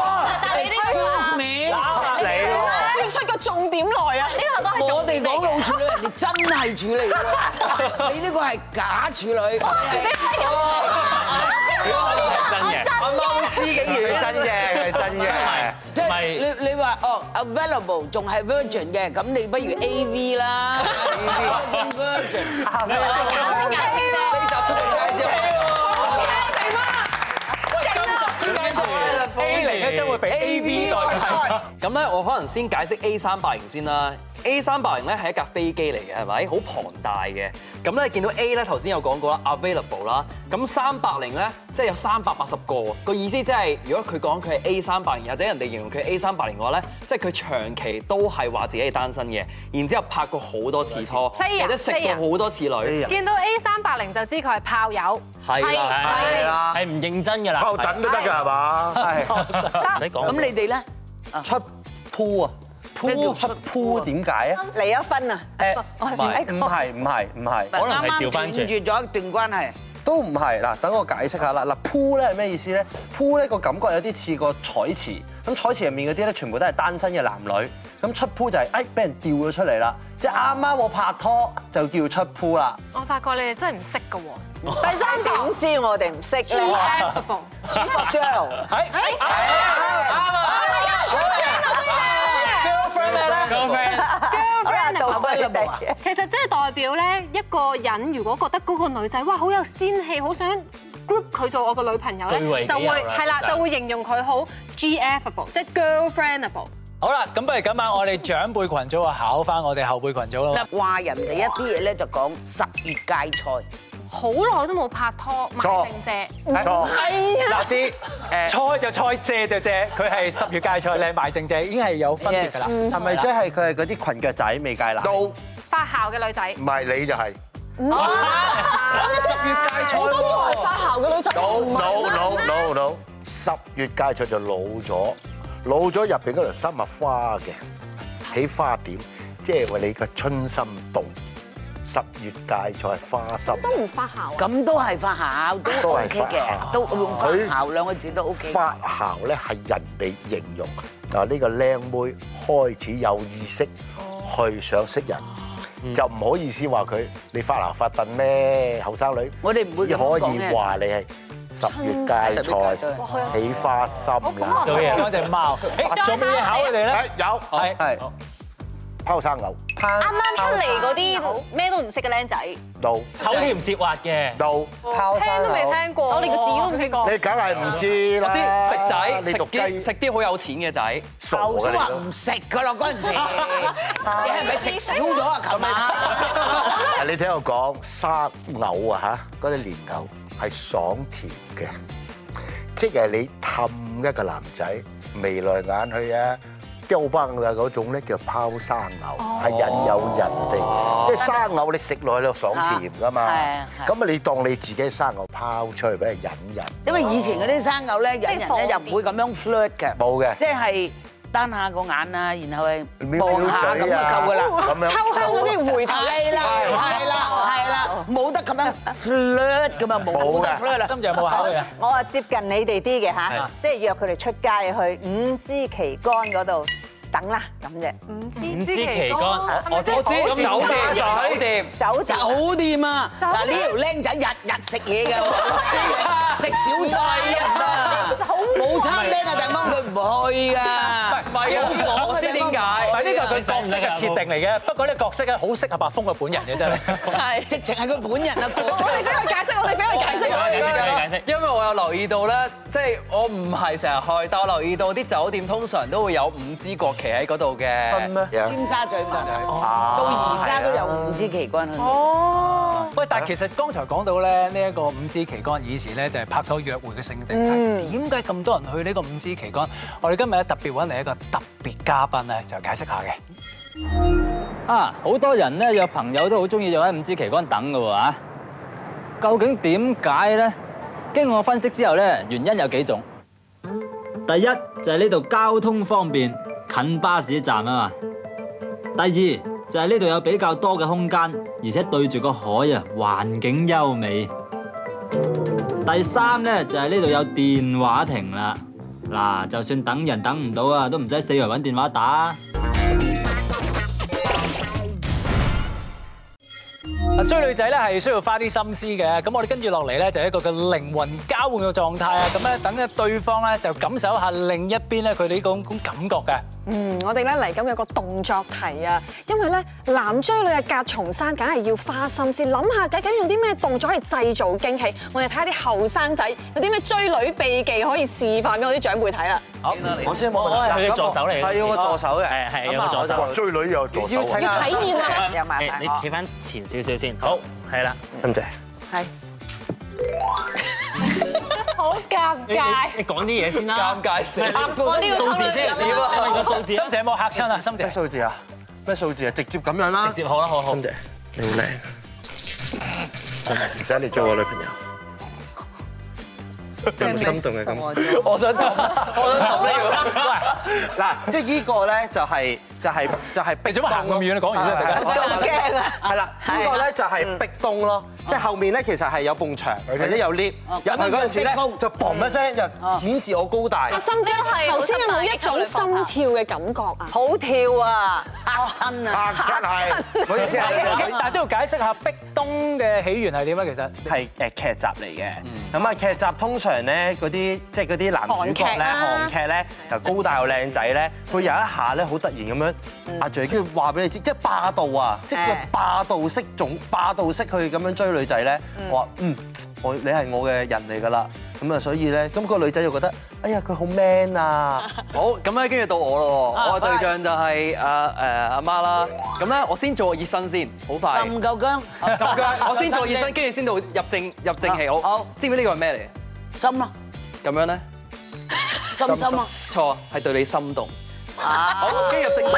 [SPEAKER 10] Excuse me，
[SPEAKER 3] 你輸出個重點來啊！
[SPEAKER 10] 我哋講老處女，人哋真係處女喎，你呢個係假處女。
[SPEAKER 13] 真嘅，
[SPEAKER 5] 啱啱知竟然係真嘅，係真嘅。
[SPEAKER 10] 即係你你話哦 ờ, available 仲係 virgin 嘅，咁你不如 AV 啦。virgin
[SPEAKER 8] 呢集出嚟介紹 A 零咧將會俾 A B 代替。咁咧，我可能先解釋 A 三八零先啦。A 三八零咧係一架飛機嚟嘅，係咪？好龐大嘅。咁咧見到 A 咧頭先有講過啦，available 啦。咁三八零咧即係有三百八十個，個意思即係如果佢講佢係 A 三八零，或者人哋形容佢係 A 三八零嘅話咧，即係佢長期都係話自己係單身嘅，然之後拍過好多次拖，
[SPEAKER 14] Player，
[SPEAKER 8] 或者食過好多次女。啊
[SPEAKER 14] 見到 A 三八零就知佢係炮友，
[SPEAKER 8] 係啦，
[SPEAKER 14] 係
[SPEAKER 8] 係啦，
[SPEAKER 13] 係唔認真㗎啦，
[SPEAKER 9] 炮等都得㗎係嘛？
[SPEAKER 13] 哦唔使講。
[SPEAKER 10] 咁你哋咧？
[SPEAKER 5] 出鋪啊！鋪出鋪點解啊？
[SPEAKER 12] 離咗婚啊？誒，(laughs)
[SPEAKER 10] (laughs)
[SPEAKER 5] 唔係唔係唔係唔係，
[SPEAKER 10] 可能係調翻轉啱啱斷絕咗一段關係。
[SPEAKER 5] 都唔係嗱，等我解釋下啦。嗱，pool 咧係咩意思咧？pool 咧個感覺有啲似個彩池，咁彩池入面嗰啲咧全部都係單身嘅男女，咁出 pool 就係誒俾人掉咗出嚟啦，即係啱啱我拍拖就叫出 pool 啦。
[SPEAKER 14] 我發覺你哋真係唔識㗎喎。
[SPEAKER 12] 第三點知我哋唔識咧
[SPEAKER 14] Ineffable
[SPEAKER 12] 朱國章，
[SPEAKER 8] 係
[SPEAKER 12] 係啊
[SPEAKER 14] 其實真係代表咧，一個人如果覺得嗰個女仔哇好有仙氣，好想 group 佢做我個女朋友
[SPEAKER 2] 據為
[SPEAKER 14] 咧，
[SPEAKER 2] 己
[SPEAKER 14] 就
[SPEAKER 2] 有啦
[SPEAKER 14] 會係啦，
[SPEAKER 2] 其實
[SPEAKER 14] 就會形容佢好 GFable，即係 girlfriendable。
[SPEAKER 2] 好啦，咁不如今晚我哋長輩群組啊，考翻我哋後輩群組啦。
[SPEAKER 10] 嗱，話人哋一啲嘢咧就講十月芥菜。
[SPEAKER 14] 好耐都冇拍拖，買定借。
[SPEAKER 12] 啊
[SPEAKER 2] 嗱知誒菜就菜，借就借，佢係
[SPEAKER 10] (laughs)
[SPEAKER 2] 十月芥菜，你係賣剩借，已經係有分別㗎啦。啊
[SPEAKER 5] 係咪即係佢係嗰啲裙腳仔未戒奶？
[SPEAKER 9] 都唔
[SPEAKER 14] 發姣嘅女仔，
[SPEAKER 9] 係你就係。
[SPEAKER 3] 好多都係發姣嘅女仔。
[SPEAKER 9] no
[SPEAKER 14] 啊
[SPEAKER 3] 唔係
[SPEAKER 9] no
[SPEAKER 3] 啦
[SPEAKER 9] no no no，十月芥菜就老咗，老咗入邊嗰條生物花嘅，起花點，即係話你個春心動。十月芥菜係花心，
[SPEAKER 3] 都唔發姣。
[SPEAKER 10] 咁都係發姣，都
[SPEAKER 9] 都
[SPEAKER 10] OK
[SPEAKER 9] 係發
[SPEAKER 10] 嘅，
[SPEAKER 9] 姣，
[SPEAKER 10] 都用發姣兩個字都 OK。
[SPEAKER 9] 發姣咧係人哋形容啊呢個靚妹開始有意識去想識人，就唔好意思話佢你發姣發燉咩後生女，
[SPEAKER 10] 我哋唔會
[SPEAKER 9] 只
[SPEAKER 10] 咁
[SPEAKER 9] 可
[SPEAKER 10] 講嘅
[SPEAKER 9] 以話你係十月芥菜
[SPEAKER 10] 哇好有
[SPEAKER 9] 起花心啦。
[SPEAKER 2] 哦做嘢嗰只貓，誒仲有冇嘢考佢哋咧？有，係
[SPEAKER 9] 拋生牛，
[SPEAKER 11] 啱啱出嚟嗰啲咩都唔識嘅僆仔，
[SPEAKER 9] 到
[SPEAKER 13] 口氣唔舌滑嘅，
[SPEAKER 9] 到
[SPEAKER 11] 聽都未聽過，我連個字都唔識講。
[SPEAKER 9] 你梗係唔知啦
[SPEAKER 8] 我知食仔，
[SPEAKER 9] 你
[SPEAKER 8] 食
[SPEAKER 9] 讀
[SPEAKER 8] 啲食啲好有錢嘅仔，
[SPEAKER 9] 傻
[SPEAKER 10] 我想話唔食噶咯嗰陣時，你係咪食少咗啊？琴晚
[SPEAKER 9] 係你聽我講，生牛啊嚇，嗰啲蓮藕係爽甜嘅，即係你氹一個男仔眉來眼去啊。刁崩啊嗰種咧叫拋生牛，係引誘人哋。因為生牛你食落去咧爽甜噶嘛
[SPEAKER 10] 係啊，係
[SPEAKER 9] 咁啊你當你自己生牛拋出去俾人引人，
[SPEAKER 10] 因為以前嗰啲生牛咧，引人咧又唔會咁樣 flirt 嘅，
[SPEAKER 9] 冇嘅
[SPEAKER 10] 即係單下個眼啊，然後係
[SPEAKER 9] 瞄
[SPEAKER 10] 望
[SPEAKER 9] 瞄
[SPEAKER 10] 下咁
[SPEAKER 9] 嘴
[SPEAKER 10] 就
[SPEAKER 9] 啊
[SPEAKER 10] 夠噶啦，
[SPEAKER 9] 咁樣
[SPEAKER 10] 秋香嗰啲回頭
[SPEAKER 3] 係啦
[SPEAKER 10] 係啦係啦，冇得咁樣 flirt 咁啊，冇得 flirt 啦。
[SPEAKER 2] 今日有冇考慮啊？
[SPEAKER 12] Ờ,
[SPEAKER 15] 我啊接近你哋啲嘅
[SPEAKER 2] 係
[SPEAKER 15] 嚇，即係約佢哋出街去五支旗杆嗰度等啦，咁啫。五
[SPEAKER 13] 五支旗杆，我啊我
[SPEAKER 10] 即係
[SPEAKER 13] 我知
[SPEAKER 10] 酒店
[SPEAKER 13] 酒店
[SPEAKER 15] 酒店
[SPEAKER 10] 酒店啊！
[SPEAKER 15] 酒店
[SPEAKER 10] 嗱呢條僆仔日日食嘢嘅，食小菜都唔得啊
[SPEAKER 2] 好！
[SPEAKER 10] 冇餐廳嘅地方佢唔去㗎，
[SPEAKER 2] 唔係啊，
[SPEAKER 10] 冇房
[SPEAKER 2] 我
[SPEAKER 10] 嘅
[SPEAKER 2] 知
[SPEAKER 10] 地
[SPEAKER 2] 點
[SPEAKER 10] 方
[SPEAKER 2] 解？
[SPEAKER 10] 唔
[SPEAKER 2] 唔係呢個係
[SPEAKER 10] 去
[SPEAKER 2] 佢角色嘅設定嚟嘅，不過呢個角色咧好適合阿峰佢本人嘅真係。 (laughs)
[SPEAKER 10] 係直情係佢本人啊！我哋俾佢解釋，我哋俾佢解
[SPEAKER 8] 因為我有留意到咧，即係我唔係成日去，但我留意到啲酒店通常都會有五支國旗喺嗰度嘅。真咩
[SPEAKER 10] 尖沙咀嘛，
[SPEAKER 8] 啊
[SPEAKER 10] 到而家都有五支旗杆去。
[SPEAKER 2] 哦，喂！但係其實剛才講到咧，呢一個五支旗杆以前咧就係拍拖約會嘅聖地，但係點解咁多人去呢個五支旗杆？我哋今日咧特別揾嚟一個特別嘉賓咧，就解釋下嘅。
[SPEAKER 16] 啊，好多人咧約朋友都好中意約喺五支旗杆等嘅喎啊究竟點解呢？經我分析之後咧，原因有幾種。第一就係呢度交通方便，近巴士站啊嘛。第二就係呢度有比較多嘅空間，而且對住個海啊，環境優美。第三呢，就係呢度有電話亭啦。嗱，就算等人等唔到啊，都唔使四圍揾電話打。
[SPEAKER 2] 啊追女仔咧係需要花啲心思嘅，咁我哋跟住落嚟咧就係一個嘅靈魂交換嘅狀態啊，咁咧等咧對方咧就感受一下另一邊咧佢哋呢種種感覺嘅。
[SPEAKER 3] 嗯，我哋咧嚟緊有個動作題啊，因為咧男追女嘅隔重山，梗係要花心思諗下究竟用啲咩動作去製造驚喜。我哋睇下啲後生仔有啲咩追女秘技可以示範俾我啲長輩睇啦。
[SPEAKER 5] 好， (laughs) 我先冇問
[SPEAKER 13] 我係
[SPEAKER 2] 哦
[SPEAKER 5] 題。
[SPEAKER 13] 佢嘅助手嚟嘅
[SPEAKER 5] 係要個助手嘅，
[SPEAKER 13] 係係
[SPEAKER 5] 咁
[SPEAKER 13] 有
[SPEAKER 5] 啊
[SPEAKER 13] 個助手
[SPEAKER 5] 我就
[SPEAKER 9] 追女有助手
[SPEAKER 5] 要請啊
[SPEAKER 3] 要體驗啊
[SPEAKER 13] 有麻煩。你企翻前少少先，好，係啦，心姐，
[SPEAKER 12] 係。
[SPEAKER 14] (laughs) 好尷
[SPEAKER 13] 你
[SPEAKER 14] 尬。啊
[SPEAKER 13] 你講啲嘢先啦，尷
[SPEAKER 8] 尬死
[SPEAKER 13] 我呢個數字先，點啊？問個數字。
[SPEAKER 2] 心姐有冇嚇親啊？心姐
[SPEAKER 5] 咩數字啊？咩數字啊？直接咁樣啦。直
[SPEAKER 13] 接好啦，好好。
[SPEAKER 5] 心姐，
[SPEAKER 13] 你好靚。
[SPEAKER 9] 唔使你做我女朋友，
[SPEAKER 5] 你唔心動嘅
[SPEAKER 2] 啊
[SPEAKER 9] 感
[SPEAKER 8] 我想氹，我想氹你喎。
[SPEAKER 5] 嗱，即係呢個咧就係就係就係逼。做乜行咁遠
[SPEAKER 13] 啊
[SPEAKER 2] 你講完
[SPEAKER 5] 先
[SPEAKER 2] 真係
[SPEAKER 5] 驚啊！係啦，呢個咧就係壁東咯，即係後面咧其實係有埲牆或者有 lift，入去嗰陣時咧就砰一聲就顯示我高大。
[SPEAKER 3] 阿心姐，頭先有冇一種心跳嘅感覺啊？
[SPEAKER 12] 好跳啊！
[SPEAKER 10] 嚇親
[SPEAKER 9] 啊！
[SPEAKER 2] 嚇
[SPEAKER 5] 係唔好意思啊
[SPEAKER 2] 但係都要解釋下壁咚嘅起源係點啊？其實嗯
[SPEAKER 5] 係誒劇集嚟嘅，咁啊劇集通常咧嗰啲即係嗰啲男主角
[SPEAKER 2] 韓劇
[SPEAKER 5] 咧
[SPEAKER 2] 啦
[SPEAKER 5] 韓劇咧又高大又靚仔咧，佢有一下咧好突然咁樣阿 J 跟住話俾你知，即係霸道啊，即係叫霸道式種霸道式去咁樣追女仔咧，我話嗯我你係我嘅人嚟㗎啦，咁啊所以咧咁個女仔就覺得哎呀佢好 man 啊，
[SPEAKER 8] 好，咁咧跟住到我咯
[SPEAKER 5] 啊
[SPEAKER 8] 喎，我嘅對象就係阿誒阿媽啦。咁咧我先做熱身先，好快。
[SPEAKER 10] 唔夠姜，啊
[SPEAKER 8] 咁樣我先做熱身，跟住先到入正入正氣。好，知唔知呢個係咩
[SPEAKER 10] 嚟？啊心啊！
[SPEAKER 8] 咁樣咧？
[SPEAKER 10] 心心啊！
[SPEAKER 8] 錯，係對你心動。
[SPEAKER 10] 好，
[SPEAKER 8] 跟住入正題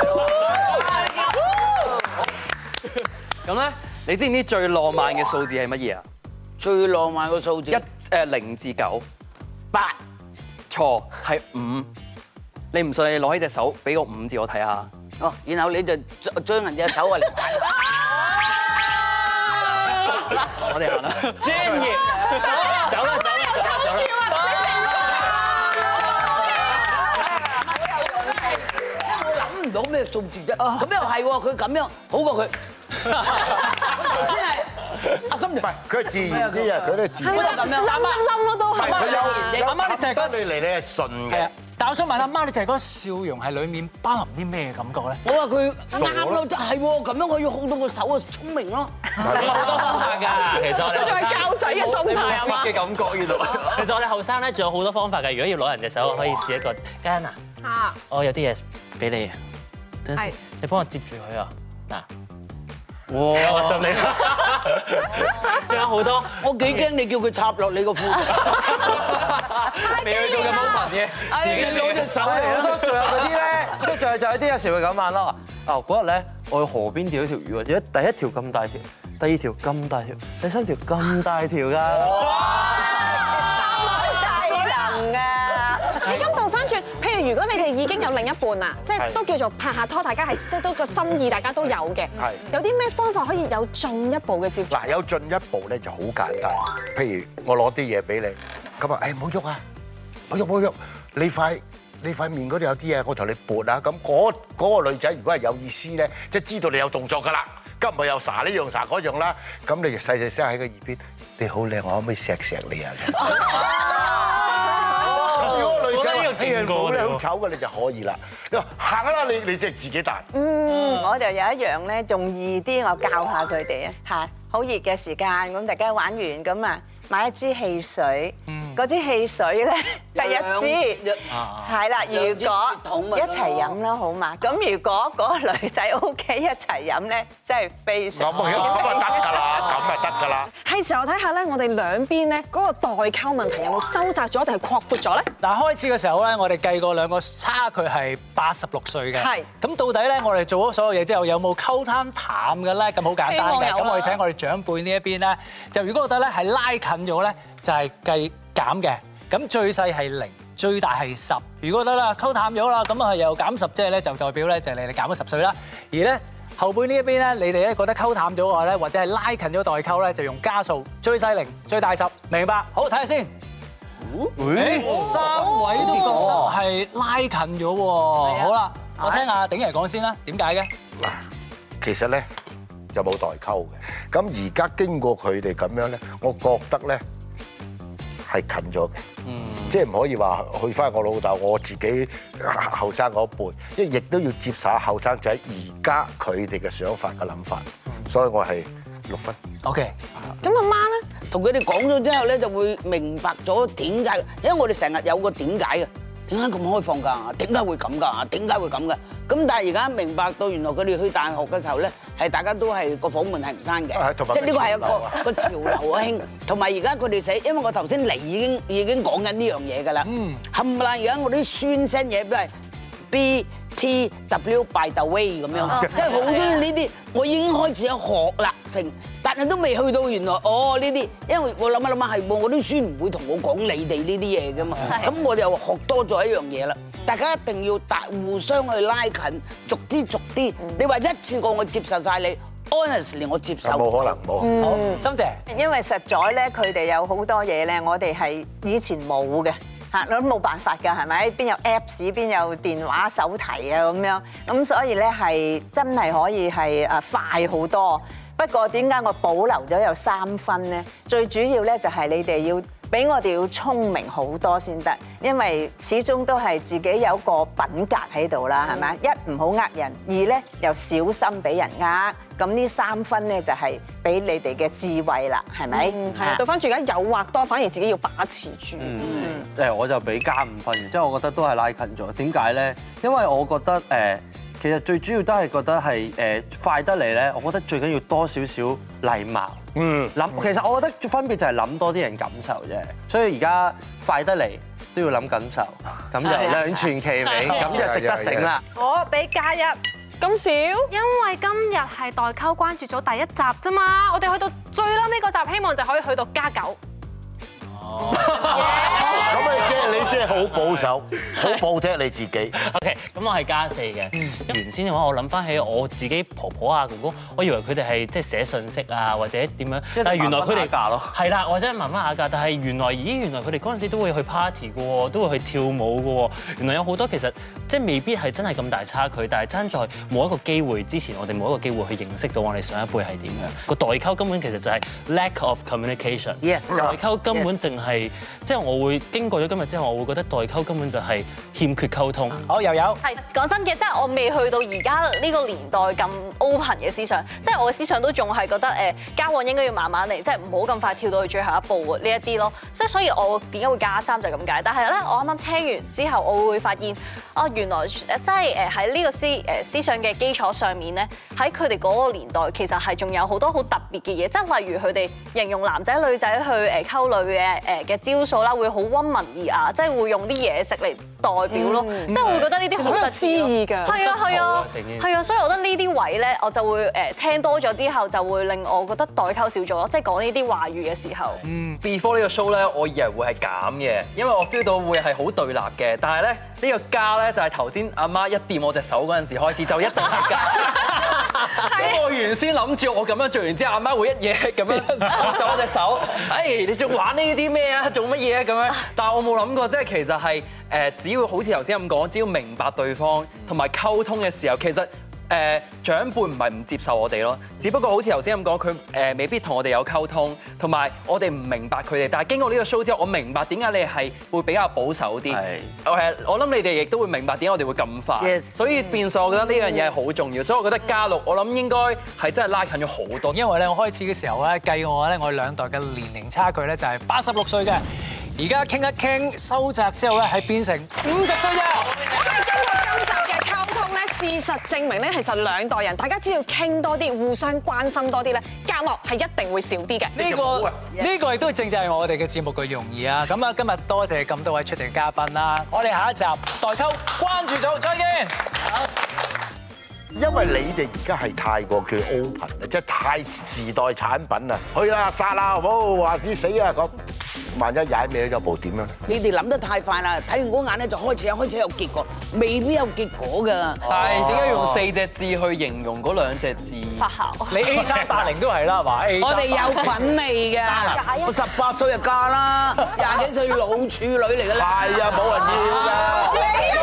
[SPEAKER 8] 咁咧，你知唔知最浪漫嘅數字係乜嘢啊？
[SPEAKER 10] 最浪漫嘅數字
[SPEAKER 8] 一誒零至九
[SPEAKER 10] 八，
[SPEAKER 8] 錯係五。你唔信，你攞起隻手俾個五字我睇下。
[SPEAKER 10] 哦，然後你就將將人隻手啊嚟玩。
[SPEAKER 8] 我哋行啦，專業，
[SPEAKER 13] 走啦走啦走啦。
[SPEAKER 10] 諗唔到咩數字啫，咁又係喎，佢咁樣好過佢。頭先係阿心唔係
[SPEAKER 9] 佢係自然啲啊，佢咧自然。
[SPEAKER 10] 係啊咁樣冧一冧咯都係
[SPEAKER 9] 唔係佢有
[SPEAKER 10] 阿媽你就係嗰
[SPEAKER 9] 得你嚟，你係順嘅。
[SPEAKER 2] 但我想問阿媽，你就係嗰個笑容係裡面包含啲咩感覺咧？
[SPEAKER 10] 我話佢啱咯，係喎，咁樣我要控到個手啊，聰明咯。
[SPEAKER 13] 啊
[SPEAKER 10] (laughs)
[SPEAKER 13] 其實我哋後生-
[SPEAKER 10] 仲係教仔嘅心態係嘛？ (laughs)
[SPEAKER 13] 其實我哋後生呢，仲有好多方法嘅，如果要攞人隻手，可以試一個，Diana，
[SPEAKER 14] 啊，
[SPEAKER 13] 我有啲嘢俾你啊，等陣先，
[SPEAKER 14] 係。
[SPEAKER 13] 你幫我接住佢啊，嗱。我就你啦。仲有好多。
[SPEAKER 5] 哎即係就係就係啲有時會咁問咯。啊，嗰日咧，我去河邊釣咗條魚啊，而家第一條咁大條，第二條咁大條，第三條咁大條㗎。
[SPEAKER 2] 啊
[SPEAKER 3] 你咁倒翻轉，譬如如果你哋已經有另一半啦，即係
[SPEAKER 5] 係
[SPEAKER 3] 都叫做拍下拖，大家係即係都個心意，大家都有嘅。
[SPEAKER 9] 係
[SPEAKER 3] 有啲咩方法可以有進一步嘅接觸？
[SPEAKER 9] 嗱，有進一步咧就好簡單，譬如我攞啲嘢俾你，咁啊，誒唔好喐啊，唔好喐唔好喐，你塊你塊面嗰度有啲嘢，我同你撥啊，咁嗰嗰個女仔如果係有意思咧，即係知道你有動作㗎啦，咁咪又睄呢樣睄嗰樣啦，咁你就細細聲喺個耳邊，你好靚，我可唔可以錫錫你啊？如果個女仔話哎呀冇咧好醜嘅，你就可以啦。你話行啦，你你即係自己彈。
[SPEAKER 12] 嗯，我就有一樣咧，仲易啲，我教下佢哋啊嚇。好熱嘅時間，咁大家玩完咁啊，買一支汽水。嗰支汽水咧，第
[SPEAKER 1] Dạ,
[SPEAKER 12] 一支
[SPEAKER 9] 啊
[SPEAKER 12] 係啦，如果一齊飲啦，好嘛？咁如果嗰 (laughs) 個女仔 OK 一齊飲咧，真係非常
[SPEAKER 9] 咁啊咁啊得㗎啦，咁啊得㗎啦。
[SPEAKER 3] 係時候睇下咧，我哋兩邊咧嗰個代溝問題有冇收窄咗定係擴闊咗咧？
[SPEAKER 2] 嗱，開始嘅時候咧，我哋計過兩個差距係八十六歲嘅。
[SPEAKER 3] 係
[SPEAKER 2] 咁到底咧，我哋做咗所有嘢之後，有冇溝灘淡嘅咧？咁好簡單
[SPEAKER 8] 希望有
[SPEAKER 2] 嘅。
[SPEAKER 8] 啦
[SPEAKER 2] 咁我哋請我哋長輩呢一邊咧，就如果覺得咧係拉近咗咧，就係計減嘅。咁最細係零，最大係十。如果覺得啦溝淡咗啦，咁啊又減十，即係咧就代表咧就係你哋減咗十歲啦。而咧後輩呢一邊咧，你哋咧覺得溝淡咗嘅話咧，或者係拉近咗代溝咧，就用加數，最細零，最大十，明白？好，睇下先。誒三位都覺得係拉近咗喎，好啦，我聽阿鼎爺講先啦，點解嘅？
[SPEAKER 9] 其實咧就冇代溝嘅。咁而家經過佢哋咁樣咧，我覺得咧係近咗嘅。即係唔可以話去翻我老豆，我自己後生嗰一輩，因為亦都要接受下後生仔而家佢哋嘅想法嘅諗法，所以我係六分。
[SPEAKER 2] OK，
[SPEAKER 10] 咁阿媽咧，同佢哋講咗之後咧，就會明白咗點解，因為我哋成日有個點解嘅，點解咁開放㗎？點解會咁㗎？點解會咁㗎？咁但係而家明白到原來佢哋去大學嘅時候咧，係大家都係個房門係唔閂
[SPEAKER 9] 啊
[SPEAKER 10] 嘅
[SPEAKER 9] 同，埋
[SPEAKER 10] 即係呢個係一
[SPEAKER 9] 個潮流啊
[SPEAKER 10] 個個潮流啊興，同埋而家佢哋寫，因為我頭先嚟已經已經講緊呢樣嘢㗎啦，冚唪唥而家我啲酸聲嘢都係 B。T W by the way 咁樣，即係好中意呢啲，我已經開始有學啦成，但係都未去到原來哦呢啲，因為我諗下諗下係喎，我啲書唔會同我講你哋呢啲嘢噶嘛，
[SPEAKER 12] 係
[SPEAKER 10] 咁我哋又學多咗一樣嘢啦。大家一定要大互相去拉近，逐啲逐啲。你話一次過我接受晒你，honestly 我接受
[SPEAKER 9] 冇可能冇
[SPEAKER 10] Ừ.
[SPEAKER 2] 好，心姐。
[SPEAKER 12] 因為實在咧，佢哋有好多嘢咧，我哋係以前冇嘅。嚇，都冇辦法㗎，係咪？邊有 Apps，邊有電話手提啊咁樣，咁所以咧係真係可以係誒快好多。不過點解我保留咗有三分咧？最主要咧就係你哋要比我哋要聰明好多先得，因為始終都係自己有個品格喺度
[SPEAKER 3] 嗯
[SPEAKER 12] 啦，係咪？一唔好呃人，二咧又小心俾人呃。咁呢三分咧就係俾你哋嘅智慧啦，係咪？
[SPEAKER 3] 嗯，係啊，倒翻轉而家誘惑多，反而自己要把持住。
[SPEAKER 5] 嗯，誒我就俾加五分嘅，即係我覺得都係拉近咗。點解咧？因為我覺得誒，其實最主要都係覺得係誒快得嚟咧，我覺得最緊要多少少禮貌。
[SPEAKER 9] 嗯，
[SPEAKER 5] 諗其實我覺得分別就係諗多啲人感受啫。所以而家快得嚟都要諗感受，咁就兩全其美，咁就食得
[SPEAKER 9] 啊
[SPEAKER 5] 醒啦。
[SPEAKER 14] 我俾加一。
[SPEAKER 3] 咁少？因
[SPEAKER 14] 為今日係代溝關注組第一集啫嘛，我哋去到最撚呢個集，希望就可以去到加九。
[SPEAKER 9] 咁啊，即係你即係好保守，好保聽你自己。
[SPEAKER 13] OK，咁我係加四嘅。原先嘅話，我諗返起我自己婆婆啊、公公，我以為佢哋係即係寫信息啊，或者點樣，但係原來佢哋
[SPEAKER 5] 媽媽
[SPEAKER 13] -
[SPEAKER 5] 打架咯。
[SPEAKER 13] 係啦，或者係媽媽打架，但係原來，咦，原來佢哋嗰陣時都會去party嘅喎，都會去跳舞嘅喎，原來有好多其實即係未必係真係咁大差距，但係爭在冇一個機會之前，我哋冇一個機會去認識到我哋上一輩係點樣。個代溝根本其實就係 lack of communication。
[SPEAKER 10] Yes
[SPEAKER 13] 代溝根本
[SPEAKER 10] Yes
[SPEAKER 13] 淨係即係我會經過咗今日之後，我會覺得代溝根本就係欠缺溝通。
[SPEAKER 2] 好，又有。
[SPEAKER 11] 係講真嘅，即係我未去到而家呢個年代咁 open 嘅思想，即係我嘅思想都仲係覺得誒交往應該要慢慢嚟，即係唔好咁快跳到去最後一步呢一啲咯。即係所以我點解會加三就係咁解。但係咧，我啱啱聽完之後，我會發現哦，原來誒即係誒喺呢個思誒思想嘅基礎上面咧，喺佢哋嗰個年代其實係仲有好多好特別嘅嘢，即係例如佢哋形容男仔女仔去誒溝女嘅誒嘅招數啦，會好温文爾雅，即係會用啲嘢食嚟代表咯，
[SPEAKER 3] 嗯
[SPEAKER 11] 即係會覺得呢啲。
[SPEAKER 3] 其實好有詩意㗎
[SPEAKER 11] 係啊係啊
[SPEAKER 3] 好深厚啊成件，事
[SPEAKER 11] 係啊，所以我覺得呢啲位咧，我就會誒聽多咗之後，就會令我覺得代溝少咗咯，即係講呢啲話語嘅時候。
[SPEAKER 8] 嗯，before 呢個 show 咧，我以為會係減嘅，因為我 feel 到會係好對立嘅。但係咧，呢個加咧就係頭先阿媽一掂我隻手嗰陣時開始，就一定係加。咁我原先諗住我咁樣做完之後，阿媽會一嘢咁樣 (laughs) 就我隻手，誒你仲玩呢啲咩啊？做乜嘢啊？咁樣，但係我冇諗過，即係其實係誒，只要好似頭先咁講，只要明白對方同埋溝通嘅時候，其實。誒、長輩唔係唔接受我哋咯，只不過好似頭先咁講，佢誒、未必同我哋有溝通，同埋我哋唔明白佢哋。但係經過呢個 show 之後，我明白點解你係會比較保守啲。我係我諗你哋亦都會明白點解我哋會咁快。所以變相我覺得呢樣嘢係好重要，所以我覺得加六我諗應該係真係拉近咗好多。
[SPEAKER 2] 因為咧，我開始嘅時候咧，計我咧，我哋兩代嘅年齡差距咧就係八十六歲嘅。而家傾一傾收窄之後咧，係變成五十歲啫。
[SPEAKER 3] 嘅溝通咧，事實證明咧，其實兩代人大家只要傾多啲，互相關心多啲咧，隔膜係一定會少啲嘅。
[SPEAKER 2] 呢個呢個亦都正正係我哋嘅節目嘅用意啊！咁啊，今日多謝咁多位出席嘅嘉賓啦，我哋下一集代溝關注組再見。
[SPEAKER 9] 因為你哋而家係太過叫 open 啦，啊即係太時代產品啦，去啦殺啦，好唔好？話之死啊咁，萬一踩歪咗步點樣咧？
[SPEAKER 10] 你哋諗得太快啦！睇完嗰眼咧就開始有開始有結果，未必有結果㗎。
[SPEAKER 8] 但係點解用四隻字去形容嗰兩隻字？
[SPEAKER 11] 發酵
[SPEAKER 2] 你 A 三八零都係啦，係嘛？A
[SPEAKER 10] 我哋有品味㗎，我十 Dạ, 八歲就嫁啦，廿幾歲老處女嚟㗎啦。
[SPEAKER 9] 係啊，冇人要㗎。
[SPEAKER 10] 你啊！